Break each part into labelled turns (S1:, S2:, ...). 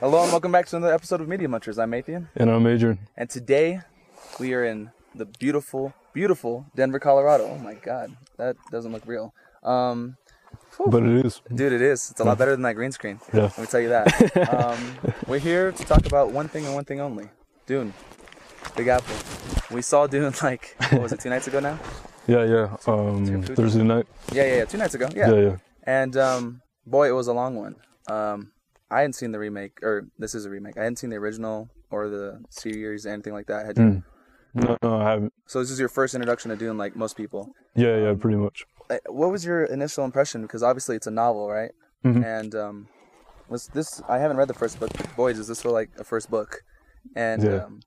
S1: Hello and welcome back to another episode of Media Munchers. I'm Atheon,
S2: And I'm Adrian.
S1: and today we are in the beautiful, beautiful Denver, Colorado. Oh my God, that doesn't look real. Um,
S2: But it is.
S1: dude, it is. It's a lot better than that green screen.
S2: Yeah.
S1: Let me tell you that. um, we're here to talk about one thing and one thing only: Dune, Big Apple. We saw Dune like what was it? Two nights ago now?
S2: Yeah, yeah. Um,
S1: food.
S2: Thursday night.
S1: Yeah, yeah, yeah. Two nights ago.
S2: Yeah, yeah.
S1: And um, boy, it was a long one. Um, I hadn't seen the remake, or this is a remake. I hadn't seen the original or the series, anything like that. Had you?
S2: Mm. No, no, I haven't.
S1: So this is your first introduction to Dune, like most people.
S2: Yeah, yeah, pretty much.
S1: Uh, What was your initial impression? Because obviously it's a novel, right?
S2: Mhm.
S1: And um, was this? I haven't read the first book. But boy, does this feel like a first book? And
S2: Yeah.
S1: um,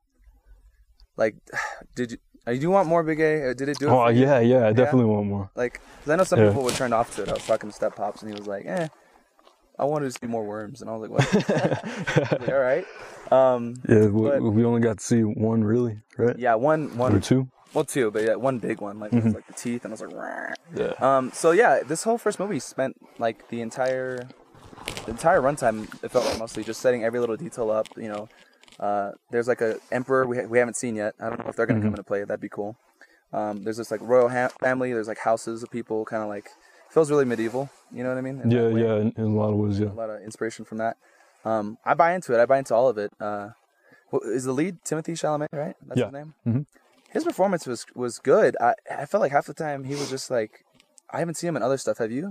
S1: like, did you? uh, Do you want more Big A? Or did it do it?
S2: Oh,
S1: for you?
S2: yeah, yeah. I definitely want more.
S1: Like, 'cause I know some
S2: Yeah.
S1: people were turned off to it. I was talking to Step Pops, and he was like, "Eh, I wanted to see more worms," and I was like, "What? I was like, All right." Um,
S2: Yeah, we,
S1: But-
S2: we only got to see one, really, right?
S1: yeah, one,
S2: Or
S1: one,
S2: two? Mm-hmm.
S1: well, two, but yeah, one big one, like it was like the teeth, and I was like, "Rah."
S2: Yeah.
S1: um, so yeah, this whole first movie spent like the entire, the entire runtime. It felt like mostly just setting every little detail up. You know, uh, there's like a emperor we ha- we haven't seen yet. I don't know if they're gonna come into play. That'd be cool. Um, there's this like royal ha- family. There's like houses of people, kind of like feels really medieval. You know what I mean? In that
S2: yeah,
S1: way.
S2: yeah, in, in a lot of ways, yeah.
S1: A lot of inspiration from that. Um, I buy into it. I buy into all of it. Uh, wh- is the lead Timothy Chalamet right? That's
S2: Yeah.
S1: his name.
S2: Mhm.
S1: His performance was was good. I I felt like half the time he was just like, I haven't seen him in other stuff. Have you?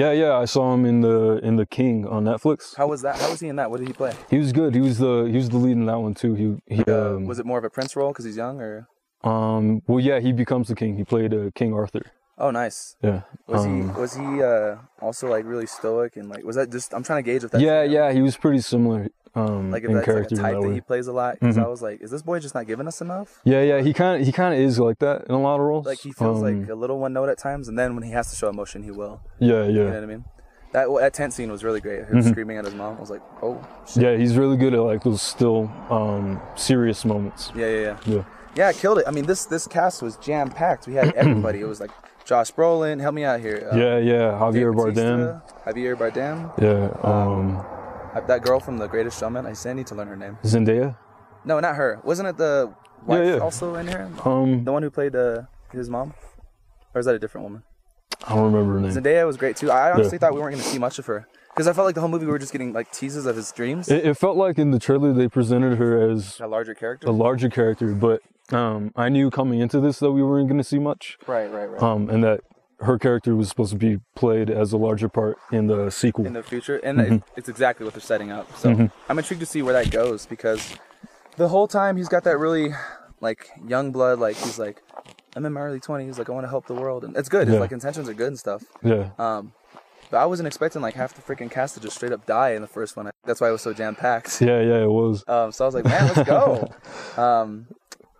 S2: Yeah, yeah. I saw him in the in the King on Netflix.
S1: How was that? How was he in that? What did he play?
S2: He was good. He was the he was the lead in that one too. He he
S1: Uh,
S2: um,
S1: was it more of a prince role because he's young, or
S2: um well yeah he becomes the king. He played uh, King Arthur.
S1: oh nice.
S2: Yeah.
S1: Was
S2: um,
S1: he was he uh, also like really stoic and like was that just I'm trying to gauge if that's
S2: yeah,
S1: him.
S2: yeah. He was pretty similar um
S1: like if
S2: in
S1: that's like a
S2: character in
S1: type
S2: that
S1: that,
S2: way.
S1: he plays a lot because I
S2: Mhm.
S1: was like is this boy just not giving us enough
S2: Yeah, yeah, he kind of he kind of is like that in a lot of roles.
S1: like he feels
S2: Um,
S1: like a little one note at times and then when he has to show emotion he will
S2: yeah,
S1: You know
S2: yeah,
S1: what I mean? That that tent scene was really great.
S2: Mm-hmm.
S1: Him screaming at his mom. I was like, oh, shit.
S2: yeah. He's really good at like those still um, serious moments.
S1: yeah, yeah, yeah.
S2: Yeah,
S1: Yeah, I killed it. I mean, this this cast was jam packed. We had everybody. it was like Josh Brolin. Help me out here. Uh,
S2: yeah, yeah.
S1: Dave
S2: Javier Bardem.
S1: Bautista, Javier Bardem.
S2: Yeah, um,
S1: Uh, That girl from The Greatest Showman. I said I need to learn her name.
S2: Zendaya.
S1: No, not her. Wasn't it the wife
S2: yeah.
S1: also in here?
S2: Um,
S1: The one who played uh, his mom? Or is that a different woman?
S2: I don't remember her name.
S1: Zendaya was great too. I honestly
S2: Yeah.
S1: thought we weren't going to see much of her because I felt like the whole movie we were just getting like teases of his dreams.
S2: It, it felt like in the trailer they presented her as
S1: a larger character.
S2: a larger character, but um, I knew coming into this that we weren't going to see much,
S1: right, right, right.
S2: um, and that her character was supposed to be played as a larger part in the sequel.
S1: in the future, and it-
S2: Mm-hmm.
S1: it's exactly what they're setting up. So I'm intrigued to see where that goes because the whole time he's got that really like young blood, like he's like, I'm in my early 20s, like I want to help the world, and it's good. His
S2: Yeah.
S1: like intentions are good and stuff.
S2: yeah,
S1: Um, but I wasn't expecting like half the freaking cast to just straight up die in the first one. That's why it was so jam packed.
S2: yeah, yeah. It was.
S1: Um, so I was like, man, let's go. um,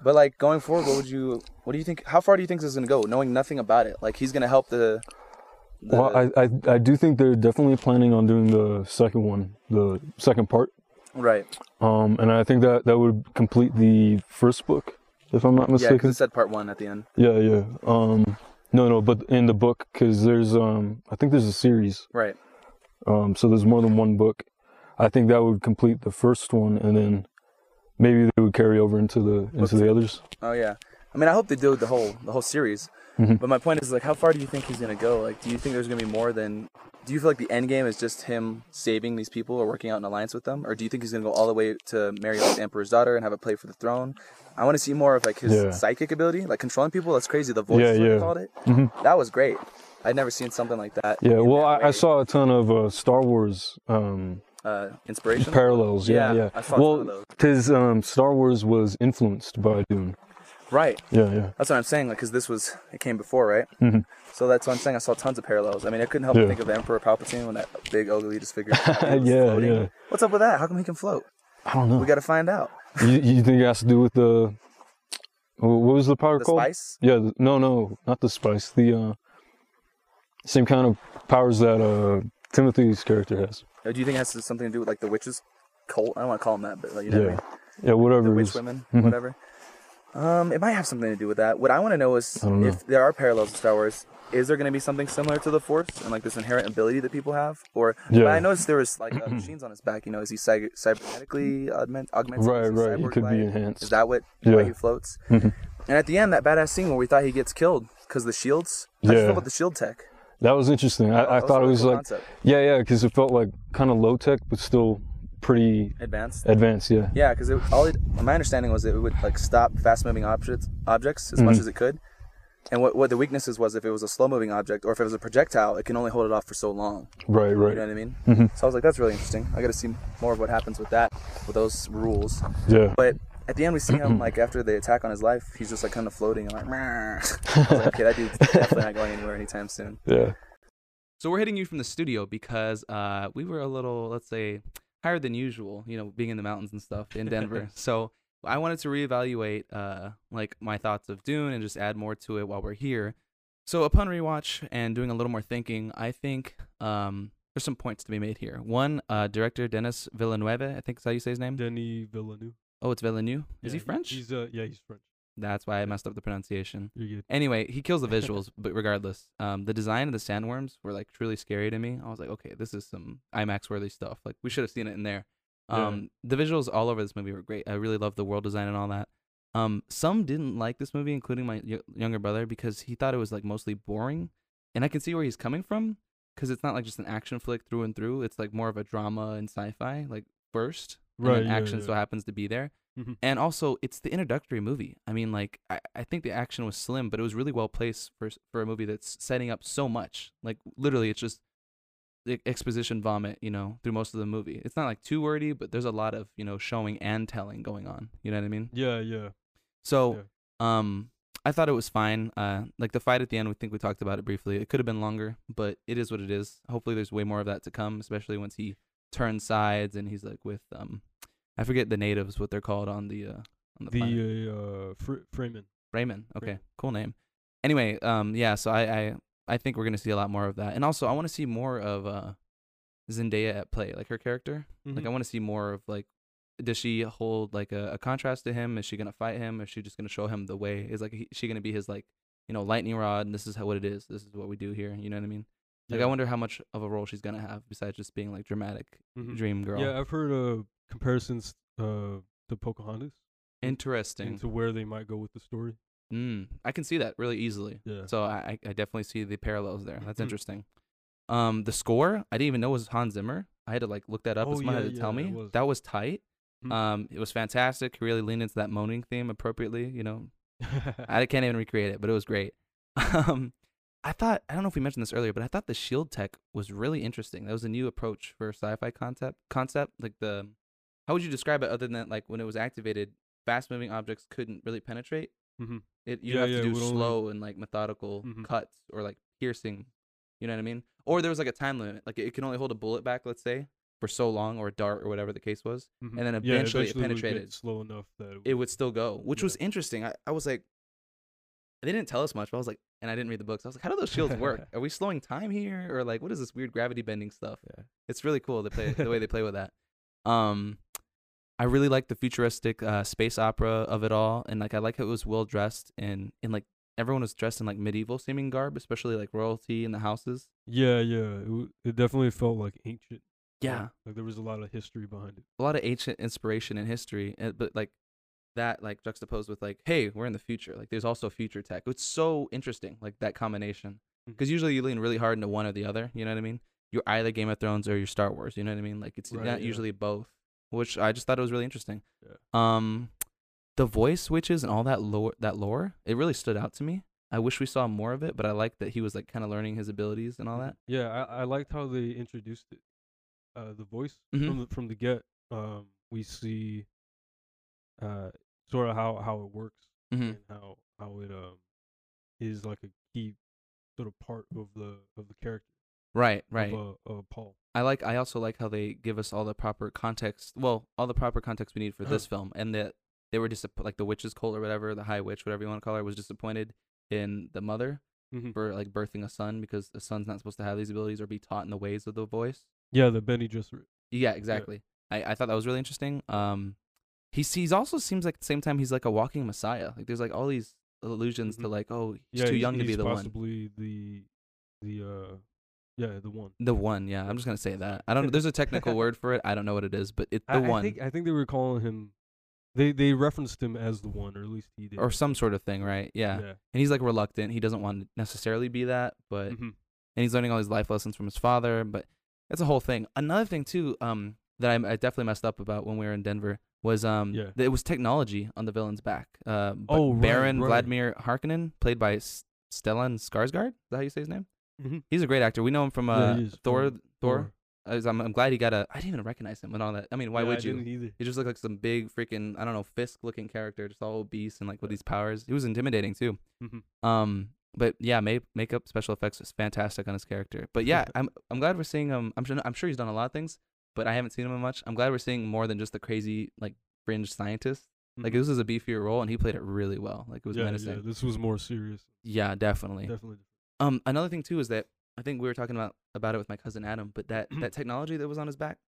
S1: but like going forward, what would you? What do you think? How far do you think this is gonna go? Knowing nothing about it, like he's gonna help the. the
S2: Well, I, I I do think they're definitely planning on doing the second one, the second part.
S1: right.
S2: Um, and I think that that would complete the first book, if I'm not
S1: Yeah, 'cause
S2: mistaken.
S1: it said part one at the end.
S2: Yeah, yeah. Um, no, no, but in the book, because there's um, I think there's a series.
S1: Right.
S2: Um, so there's more than one book. I think that would complete the first one, and then maybe they would carry over into the into the others.
S1: Oh yeah. I mean, I hope they do the whole the whole series.
S2: Mm-hmm.
S1: But my point is, like, how far do you think he's gonna go? Like, do you think there's gonna be more than? Do you feel like the end game is just him saving these people or working out an alliance with them, or do you think he's gonna go all the way to marry like, the emperor's daughter and have a play for the throne? I want to see more of like his
S2: Yeah.
S1: psychic ability, like controlling people. That's crazy. The voice,
S2: Yeah,
S1: is what they
S2: yeah. Mm-hmm.
S1: called it. That was great. I'd never seen something like that.
S2: Yeah.
S1: in
S2: Well,
S1: that
S2: I, I
S1: way.
S2: saw a ton of uh, Star Wars um,
S1: uh, inspiration.
S2: parallels. Yeah,
S1: Yeah,
S2: yeah.
S1: I saw some of
S2: well,
S1: those.
S2: because um, Star Wars was influenced by Dune.
S1: right.
S2: Yeah, yeah,
S1: That's what I'm saying, like, because this was it came before, right? Mm-hmm. So that's what I'm saying. I saw tons of parallels. I mean, I couldn't help but
S2: Yeah.
S1: think of Emperor Palpatine when that big ugly disfigured. guy was
S2: Yeah,
S1: floating.
S2: yeah.
S1: What's up with that? How come he can float?
S2: I don't know.
S1: We got to find out.
S2: you, you think it has to do with the wh- what was the power
S1: The
S2: called?
S1: spice?
S2: Yeah, th- no, no, not the spice. The uh, same kind of powers that uh, Timothy's character has.
S1: Or do you think it has to- something to do with like the witches' cult? I don't want to call them that, but like, you know, what I
S2: Yeah,
S1: mean?
S3: mm-hmm.
S2: yeah, whatever. it
S1: witch
S2: is.
S1: women, whatever.
S4: Um, it might have something to do with that. What I want to know is
S3: I don't know.
S4: if there are parallels to Star Wars, is there going to be something similar to the Force and like this inherent ability that people have? Or but
S3: Yeah.
S4: I noticed there was like uh, machines on his back. You know, is he cy- cybernetically augment- augmented?
S3: Right,
S4: Is he
S3: right, he could be
S4: cyborg-like?
S3: enhanced.
S4: Is that what
S3: Yeah. Mm-hmm.
S4: why he floats? And at the end, that badass scene where we thought he gets killed because the shields. How do you
S3: Yeah.
S4: feel about the shield tech?
S3: That was interesting.
S1: Oh,
S3: I, I
S4: that was a
S3: thought it
S4: really
S3: was
S4: cool
S3: like,
S4: concept.
S3: yeah, yeah, because it felt like kind of low tech, but still pretty
S4: Advanced.
S3: advanced. Yeah.
S4: Yeah, because all it, my understanding was that it would like stop fast-moving objects objects as much as it could, and what what the weaknesses was if it was a slow-moving object or if it was a projectile, it can only hold it off for so long.
S3: Right,
S4: You know what
S3: right.
S4: I mean?
S2: Mm-hmm.
S4: So I was like, that's really interesting. I got to see more of what happens with that with those rules.
S3: Yeah.
S4: But at the end, we see him like after the attack on his life, he's just like kind of floating like. "Meh." I was like, okay, that dude's definitely not going anywhere anytime soon.
S3: Yeah.
S1: So we're hitting you from the studio because uh, we were a little, let's say, higher than usual. You know, being in the mountains and stuff in Denver. so I wanted to reevaluate uh, like my thoughts of Dune and just add more to it while we're here. So upon rewatch and doing a little more thinking, I think um, there's some points to be made here. One, uh, director Denis Villeneuve, I think is how you say his name.
S2: Denis Villeneuve.
S1: Oh, it's Villeneuve. Is he
S2: Yeah,
S1: French?
S2: He's uh, yeah, he's French.
S1: That's why I messed up the pronunciation.
S2: You're good.
S1: Anyway, he kills the visuals, but regardless, um, the design of the sandworms were like truly scary to me. I was like, okay, this is some IMAX worthy stuff. Like we should have seen it in there.
S2: Yeah.
S1: Um, the visuals all over this movie were great. I really loved the world design and all that. Um, some didn't like this movie, including my y- younger brother, because he thought it was like mostly boring, and I can see where he's coming from, because it's not like just an action flick through and through. It's like more of a drama and sci-fi, like first,
S2: Right,
S1: And then
S2: yeah,
S1: action
S2: yeah.
S1: so happens to be there
S2: Mhm.
S1: and also it's the introductory movie. I mean, like I, I think the action was slim, but it was really well placed for s- for a movie that's setting up so much. Like literally, it's just the exposition vomit, you know, through most of the movie. It's not like too wordy, but there's a lot of you know showing and telling going on. You know what I mean?
S2: Yeah, yeah.
S1: So, um, I thought it was fine. Uh, like the fight at the end, we think we talked about it briefly. It could have been longer, but it is what it is. Hopefully, there's way more of that to come, especially once he turns sides and he's like with um, I forget the natives what they're called on the uh, on the, planet.
S2: The uh, uh Fr- Freeman.
S1: Raymond. Okay,
S2: Raymond.
S1: cool name. Anyway, um, yeah. So I, I, I think we're gonna see a lot more of that, and also I want to see more of uh, Zendaya at play, like her character.
S2: Mm-hmm.
S1: Like I want to see more of like, does she hold like a, a contrast to him? Is she gonna fight him? Is she just gonna show him the way? Is like he, she gonna be his like, you know, lightning rod? And this is how what it is. This is what we do here. You know what I mean? Like I wonder how much of a role she's gonna have besides just being like dramatic dream girl.
S2: Yeah, I've heard uh comparisons uh to Pocahontas
S1: Interesting.
S2: and to where they might go with the story.
S1: Mm, I can see that really easily.
S2: Yeah.
S1: So I, I I definitely see the parallels there. That's
S2: Mhm.
S1: interesting. Um, the score I didn't even know was Hans Zimmer. I had to like look that up.
S2: Oh,
S1: as someone
S2: yeah,
S1: had to tell
S2: yeah,
S1: me
S2: it was.
S1: that was tight.
S2: Mhm.
S1: Um, it was fantastic. He really leaned into that moaning theme appropriately. You know, I can't even recreate it, but it was great. Um, I thought I don't know if we mentioned this earlier, but I thought the shield tech was really interesting. That was a new approach for sci-fi concept. Concept like the how would you describe it other than like when it was activated, fast-moving objects couldn't really penetrate.
S2: Mhm.
S1: It you
S2: Yeah,
S1: have
S2: yeah,
S1: to
S2: it
S1: do
S2: would only-
S1: slow and like methodical
S2: Mhm.
S1: cuts or like piercing. You know what I mean? Or there was like a time limit. Like it can only hold a bullet back, let's say, for so long, or a dart or whatever the case was.
S2: Mhm.
S1: and then
S2: Yeah,
S1: eventually it
S2: would get
S1: penetrated.
S2: slow enough that
S1: It would still go, which
S2: Yeah.
S1: was interesting. I, I was like, they didn't tell us much, but I was like, and I didn't read the books. I was like, how do those shields work? Are we slowing time here, or like, what is this weird gravity bending stuff?
S2: Yeah.
S1: It's really cool the play the way they play with that. Um, I really like the futuristic uh, space opera of it all, and like I like how it was well dressed and and like everyone was dressed in like medieval seeming garb, especially like royalty in the houses.
S2: Yeah, yeah. It, w- it definitely felt like ancient. like-
S1: Yeah,
S2: Like there was a lot of history behind it.
S1: a lot of ancient inspiration and history, and, but like that like juxtaposed with like, hey, we're in the future. Like there's also future tech. It's so interesting, like that combination.
S2: Mhm.
S1: Because usually you lean really hard into one or the other. You know what I mean? You're either Game of Thrones or you're Star Wars. You know what I mean? Like it's
S2: Right,
S1: not
S2: yeah.
S1: usually both, which I just thought it was really interesting.
S2: Yeah.
S1: Um, the voice switches and all that lore, that lore, it really stood out to me. I wish we saw more of it, but I like that he was like kind of learning his abilities and all that.
S2: Yeah, I, I liked how they introduced it. Uh, the voice
S1: Mhm.
S2: from the from the get. Um, we see, uh, sort of how how it works
S1: Mm-hmm.
S2: and how how it um is like a key sort of part of the of the character
S1: Right, right.
S2: of, uh, of Paul.
S1: I like. I also like how they give us all the proper context. Well, all the proper context we
S2: Uh-huh.
S1: need for this film, and that they were disapp- like the witch's cult or whatever, the high witch, whatever you want to call her, was disappointed in the mother
S2: Mhm.
S1: for like birthing a son because the son's not supposed to have these abilities or be taught in the ways of the voice.
S2: Yeah, the Benny Gesserit.
S1: Yeah, exactly. I, I thought that was really interesting. Um, He's he's also seems like at the same time he's like a walking messiah. Like there's like all these allusions to
S2: Mhm.
S1: like oh he's too young to be the one.
S2: possibly the the uh yeah the one.
S1: The one, yeah. I'm just gonna say that. I don't. There's a technical word for it. I don't know what it is, but it's the
S2: I, I
S1: one
S2: think I think they were calling him. They they referenced him as the one, or at least he did.
S1: or some sort of thing, right? Yeah. And he's like reluctant. He doesn't want to necessarily be that, but
S2: Mhm.
S1: and he's learning all these life lessons from his father. But that's a whole thing. Another thing too, um, that I, I definitely messed up about when we were in Denver was um,
S2: Yeah.
S1: that it was technology on the villain's back. Uh, B-
S2: Oh, right,
S1: Baron
S2: right.
S1: Vladimir Harkonnen, played by S- Stellan Skarsgård. Is that how you say his name?
S2: Mhm.
S1: He's a great actor. We know him from
S2: Yeah,
S1: uh,
S2: he is,
S1: Thor.
S2: from
S1: Thor. I was- I'm, I'm glad he got a. I didn't even recognize him and all that. I mean, why
S2: Yeah, I
S1: would you?
S2: didn't either.
S1: He just looked like some big freaking I don't know Fisk looking character, just all obese and like with these powers. He was intimidating too.
S2: Mhm.
S1: Um, but yeah, make, makeup special effects is fantastic on his character. But yeah, I'm I'm glad we're seeing him. I'm sure I'm sure he's done a lot of things, but I haven't seen him in much. I'm glad we're seeing more than just the crazy like fringe scientist. Like
S2: Mhm.
S1: this is a beefier role, and he played it really well. Like it was
S2: Mm-hmm. yeah, yeah,
S1: menacing.
S2: this was more serious.
S1: Yeah, definitely.
S2: Definitely.
S1: Um, another thing too is that I think we were talking about about it with my cousin Adam, but that that technology that was on his back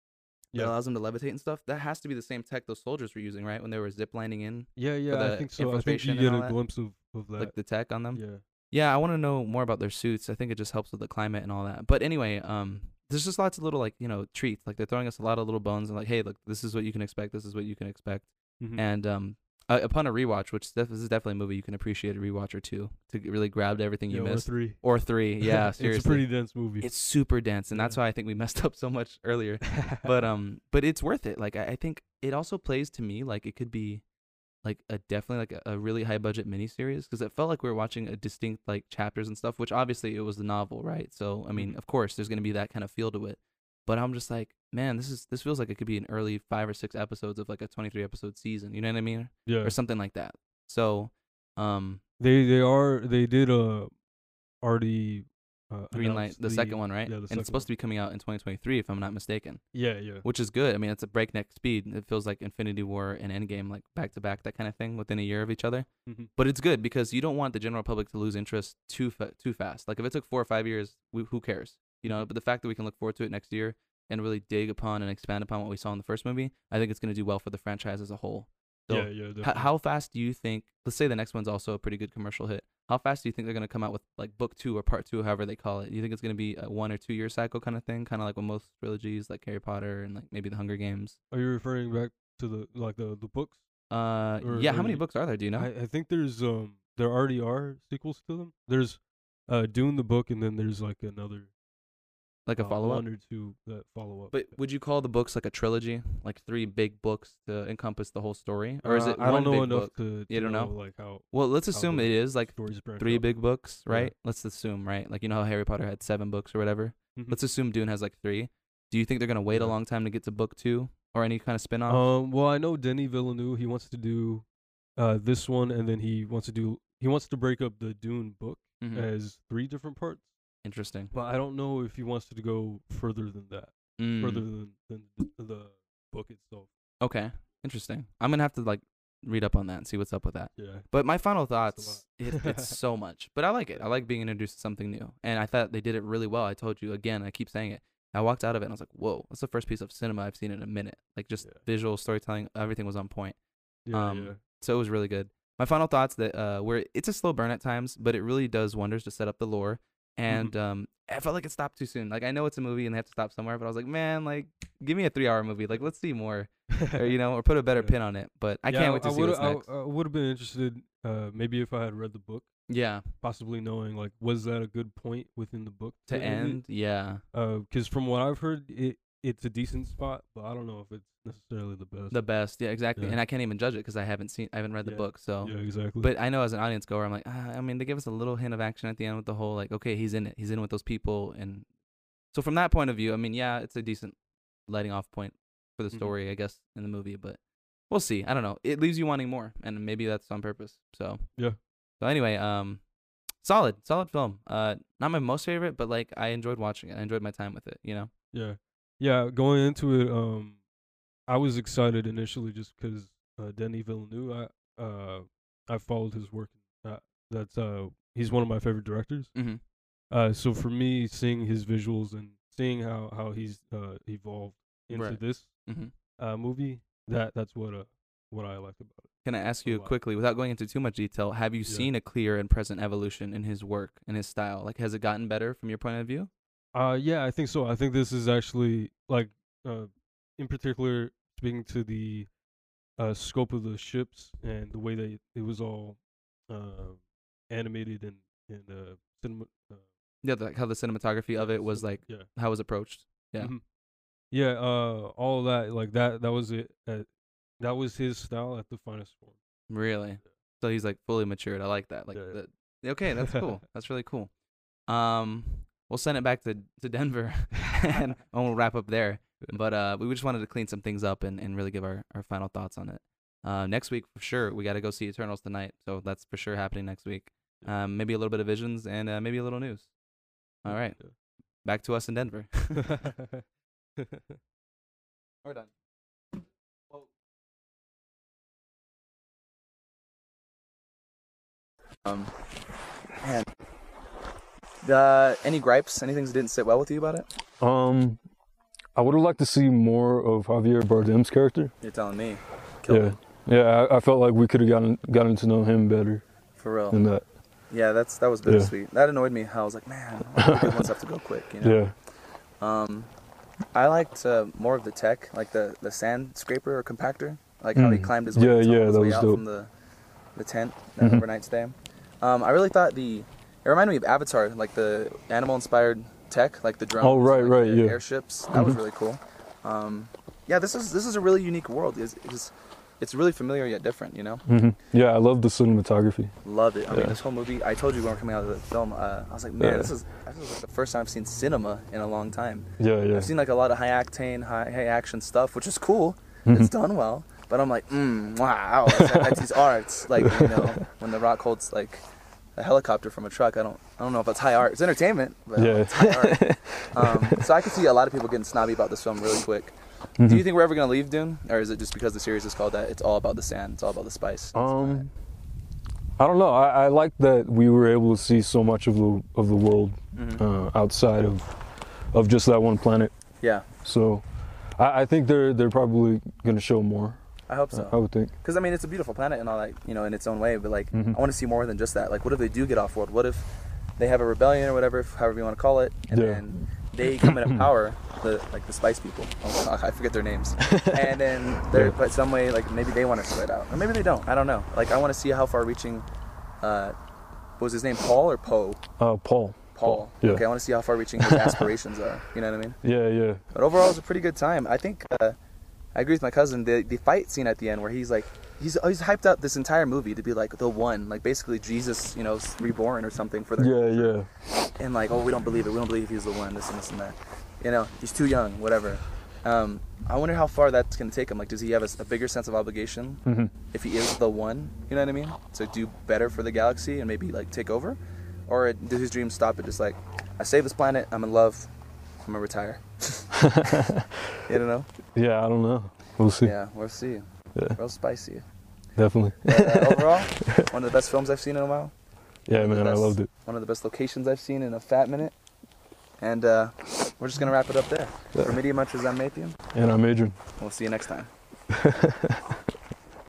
S1: that
S2: Yeah.
S1: allows him to levitate and stuff, that has to be the same tech those soldiers were using, right? When they were ziplining in,
S2: Yeah, yeah,
S1: the
S2: I think so. I think
S1: infiltration
S2: you
S1: and
S2: get
S1: all
S2: a
S1: that.
S2: glimpse of of that.
S1: like the tech on them. Yeah,
S2: yeah.
S1: I want to know more about their suits. I think it just helps with the climate and all that. But anyway, um, there's just lots of little like you know treats. Like they're throwing us a lot of little bones and like, hey, look, this is what you can expect. This is what you can expect.
S2: Mhm.
S1: And um, uh, upon a rewatch, which def- this is definitely a movie you can appreciate a rewatch or two to get- really grab everything
S2: yeah,
S1: you
S2: or
S1: missed.
S2: three.
S1: Or three, yeah, seriously.
S2: it's a pretty dense movie.
S1: it's super dense and that's
S2: Yeah.
S1: why i think we messed up so much earlier but um but it's worth it like i, I think it also plays to me like it could be like a definitely like a, a really high budget miniseries because it felt like we were watching a distinct like chapters and stuff which obviously it was the novel right so i mean
S2: Mhm.
S1: of course there's going to be that kind of feel to it but i'm just like man this is this feels like it could be an early five or six episodes of like a 23 episode season you know what i mean
S2: yeah,
S1: or something like that so um
S2: they they are they did uh already uh,
S1: green light
S2: announced
S1: the, second one right
S2: Yeah, the
S1: and
S2: second
S1: it's supposed to be coming out in 2023 if i'm not mistaken
S2: Yeah, yeah.
S1: which is good. I mean, it's a breakneck speed. It feels like Infinity War and Endgame, like back to back, that kind of thing, within a year of each other.
S2: Mhm.
S1: But it's good because you don't want the general public to lose interest too fa- too fast. Like if it took four or five years, we, who cares? You know. But the fact that we can look forward to it next year and really dig upon and expand upon what we saw in the first movie, I think it's going to do well for the franchise as a whole. So,
S2: yeah, yeah.
S1: H-
S2: definitely.
S1: how fast do you think? Let's say the next one's also a pretty good commercial hit. How fast do you think they're going to come out with like book two or part two, however they call it? Do you think it's going to be a one or two year cycle kind of thing, kind of like with most trilogies, like Harry Potter and like maybe The Hunger Games?
S2: are you referring back to the like the the books?
S1: Uh,
S2: Or-
S1: yeah.
S2: or
S1: How many
S2: you-
S1: books are there? Do you know?
S2: I, I think there's um there already are sequels to them. There's uh Dune the book and then there's like another
S1: like a
S2: uh,
S1: follow up.
S2: one or two that follow up.
S1: But would you call the books like a trilogy, like three big books to encompass the whole story, or is
S2: Uh,
S1: it
S2: I
S1: one
S2: don't know
S1: big
S2: enough
S1: book?
S2: to, to
S1: You don't know?
S2: like how
S1: Well, let's
S2: how
S1: assume
S2: the
S1: it is like
S2: stories branch
S1: three
S2: out.
S1: big books,
S2: Yeah.
S1: right? Let's assume, right? Like you know how Harry Potter had seven books or whatever.
S2: Mhm.
S1: Let's assume Dune has like three. Do you think they're gonna wait a
S2: Yeah.
S1: long time to get to book two or any kind of spin off?
S2: Um, well, I know Denny Villeneuve. He wants to do uh, this one, and then he wants to do he wants to break up the Dune book
S1: Mhm.
S2: as three different parts.
S1: Interesting.
S2: But I don't know if he wants to go further than that,
S1: Mm,
S2: further than, than th- the book itself.
S1: Okay. Interesting. I'm gonna have to like read up on that and see what's up with that.
S2: Yeah,
S1: But my final
S2: lot.
S1: thoughts, it, it's so much. But I like it. I like being introduced to something new. And I thought they did it really well. I told you again, I keep saying it. I walked out of it and I was like, whoa, that's the first piece of cinema I've seen in a minute. Like just
S2: Yeah.
S1: visual storytelling, everything was on point.
S2: yeah,
S1: um,
S2: yeah.
S1: so it was really good. My final thoughts that uh, where it's a slow burn at times, but it really does wonders to set up the lore.
S2: Mm-hmm.
S1: And um, I felt like it stopped too soon. Like I know it's a movie and they have to stop somewhere, but I was like, man, like give me a three-hour movie. Like let's see more, or you know, or put a better
S2: Yeah.
S1: pin on it. But I
S2: Yeah,
S1: can't wait to
S2: I
S1: see what's
S2: I,
S1: next.
S2: I would have been interested, uh, maybe if I had read the book,
S1: yeah,
S2: possibly knowing like was that a good point within the book
S1: to end. Yeah,
S2: Because Uh, from what I've heard, it it's a decent spot, but I don't know if it's necessarily the best.
S1: the best. Yeah, exactly.
S2: Yeah.
S1: And I can't even judge it because I haven't seen, I haven't read the
S2: Yeah.
S1: book. So,
S2: yeah, exactly.
S1: but I know as an audience goer, I'm like, ah, I mean, they give us a little hint of action at the end with the whole like, okay, he's in it. He's in with those people, and so from that point of view, I mean, yeah, it's a decent letting off point for the
S2: Mhm.
S1: story, I guess, in the movie. But we'll see. I don't know. It leaves you wanting more, and maybe that's on purpose. So
S2: Yeah.
S1: So anyway, um, solid, solid film. Uh, not my most favorite, but like I enjoyed watching it. I enjoyed my time with it. You know.
S2: Yeah, yeah. Going into it, um, I was excited initially just because uh, Denny Villeneuve. I uh, I followed his work. Uh, that's uh, he's one of my favorite directors.
S1: Mm-hmm.
S2: Uh, so for me, seeing his visuals and seeing how how he's uh evolved into
S1: Right.
S2: this
S1: Mhm.
S2: uh movie, that that's what uh
S5: what I liked about it.
S6: Can I ask you
S5: Wow.
S6: quickly, without going into too much detail, have you
S5: Yeah.
S6: seen a clear and present evolution in his work and his style? Like, has it gotten better from your point of view?
S5: Uh, yeah, I think so. I think this is actually like, uh, in particular, speaking to the uh, scope of the ships and the way that it was all uh, animated and and uh, cinema. Uh,
S6: Yeah, like how the cinematography of it was like
S5: yeah,
S6: how it was approached. Yeah.
S5: mhm. yeah. Uh, all that like that. That was it. At, that was his style at the finest form.
S6: Really? So he's like fully matured. I like that. Like
S5: Yeah, yeah.
S6: that. Okay, that's cool. that's really cool. Um, we'll send it back to to Denver, and, and we'll wrap up there. But uh, we just wanted to clean some things up and, and really give our, our final thoughts on it. Uh, next week for sure we got to go see Eternals tonight, so that's for sure happening next week. Um, maybe a little bit of visions and uh, maybe a little news. All right, back to us in Denver.
S5: Yeah.
S6: We're done.
S1: Um, man. Uh, any gripes? Anything that didn't sit well with you about it?
S2: Um, I would have liked to see more of Javier Bardem's character.
S1: You're telling me. Killed
S2: yeah,
S1: it.
S2: yeah. I, I felt like we could have gotten gotten to know him better
S1: For real.
S2: than that.
S1: Yeah, that's that was
S2: Mm. Yeah.
S1: bittersweet. That annoyed me. How I was like, man, all the good ones have to go quick. You know?
S2: Yeah,
S1: Um, I liked uh, more of the tech, like the, the sand scraper or compactor, like how he
S2: Mm.
S1: climbed his
S2: Yeah,
S1: way,
S2: yeah,
S1: his
S2: that
S1: way
S2: was
S1: out
S2: dope.
S1: from the the tent that
S2: Mhm.
S1: overnight stay. Um, I really thought the it reminded me of Avatar, like the animal inspired tech, like the drones,
S2: Oh, right,
S1: like
S2: right,
S1: the
S2: yeah.
S1: airships. That was
S2: Mhm.
S1: really cool. Um, yeah, this is this is a really unique world. It's, it's it's really familiar yet different, you know.
S2: hmm yeah. I love the cinematography.
S1: Loved it. I mean,
S2: Yeah.
S1: this whole movie. I told you when we we're coming out of the film. Uh, I was like, man,
S2: Yeah.
S1: this is this is like the first time I've seen cinema in a long time.
S2: Yeah, yeah.
S1: I've seen like a lot of high octane, high, high action stuff, which is cool.
S2: Mhm.
S1: It's done well, but I'm like, mm, wow, that's, that's these arts. Like you know, when The Rock holds like a helicopter from a truck, I don't, I don't know if that's high art. It's entertainment, but
S2: Yeah.
S1: it's high art. Um, so I could see a lot of people getting snobby about this film really quick.
S2: Mm-hmm.
S1: Do you think we're ever gonna leave Dune, or is it just because the series is called that? It's all about the sand. It's all about the spice.
S2: Um, I don't know. I, I like that we were able to see so much of the of the world
S1: Mhm.
S2: uh, outside of of just that one planet.
S1: yeah,
S2: So, I, I think they're they're probably going to show more.
S1: I hope
S2: I-
S1: so.
S2: I would think.
S1: Because I mean, it's a beautiful planet and all that, you know, in its own way. But like,
S2: Mhm.
S1: I want to see more than just that. Like, what if they do get off world? What if they have a rebellion or whatever, if- however you want to call it, and
S2: Yeah.
S1: then they come into power, the like the Spice People. Oh, I forget their names. and then they're,
S2: Yeah.
S1: but some way, like maybe they want to spread out, or maybe they don't. I don't know. Like, I want to see how far-reaching. Uh, what was his name Paul or Poe?
S2: Uh, Paul.
S1: Paul.
S2: Yeah.
S1: Okay, I want to see how far-reaching his aspirations are. You know what I mean?
S2: Yeah, yeah.
S1: But overall, it was a pretty good time. I think uh, I agree with my cousin. The the fight scene at the end where he's like, he's he's hyped up this entire movie to be like the one, like basically Jesus, you know, s- reborn or something for the
S2: Yeah, yeah.
S1: and like, oh, we don't believe it. We don't believe he's the one. This and this and that. You know, he's too young. Whatever. Um, I wonder how far that's gonna take him. Like, does he have a, s- a bigger sense of obligation
S2: Mhm.
S1: if he is the one? You know what I mean? To do better for the galaxy and maybe like take over, or did his dreams stop at just like, I save this planet. I'm in love. I'm gonna retire. you don't know.
S2: Yeah, I don't know. We'll see.
S1: Yeah, we'll see.
S2: Yeah.
S1: Real spicy.
S2: Definitely.
S1: But, uh, overall, one of the best films I've seen in a while.
S2: Yeah, man, I
S1: That's-
S2: loved it.
S1: One of the best locations I've seen in a fat minute. And uh, we're just gonna wrap it up there.
S2: Yeah.
S1: For Media Munchers, I'm Matthew.
S2: And I'm Adrian.
S1: We'll see you next time.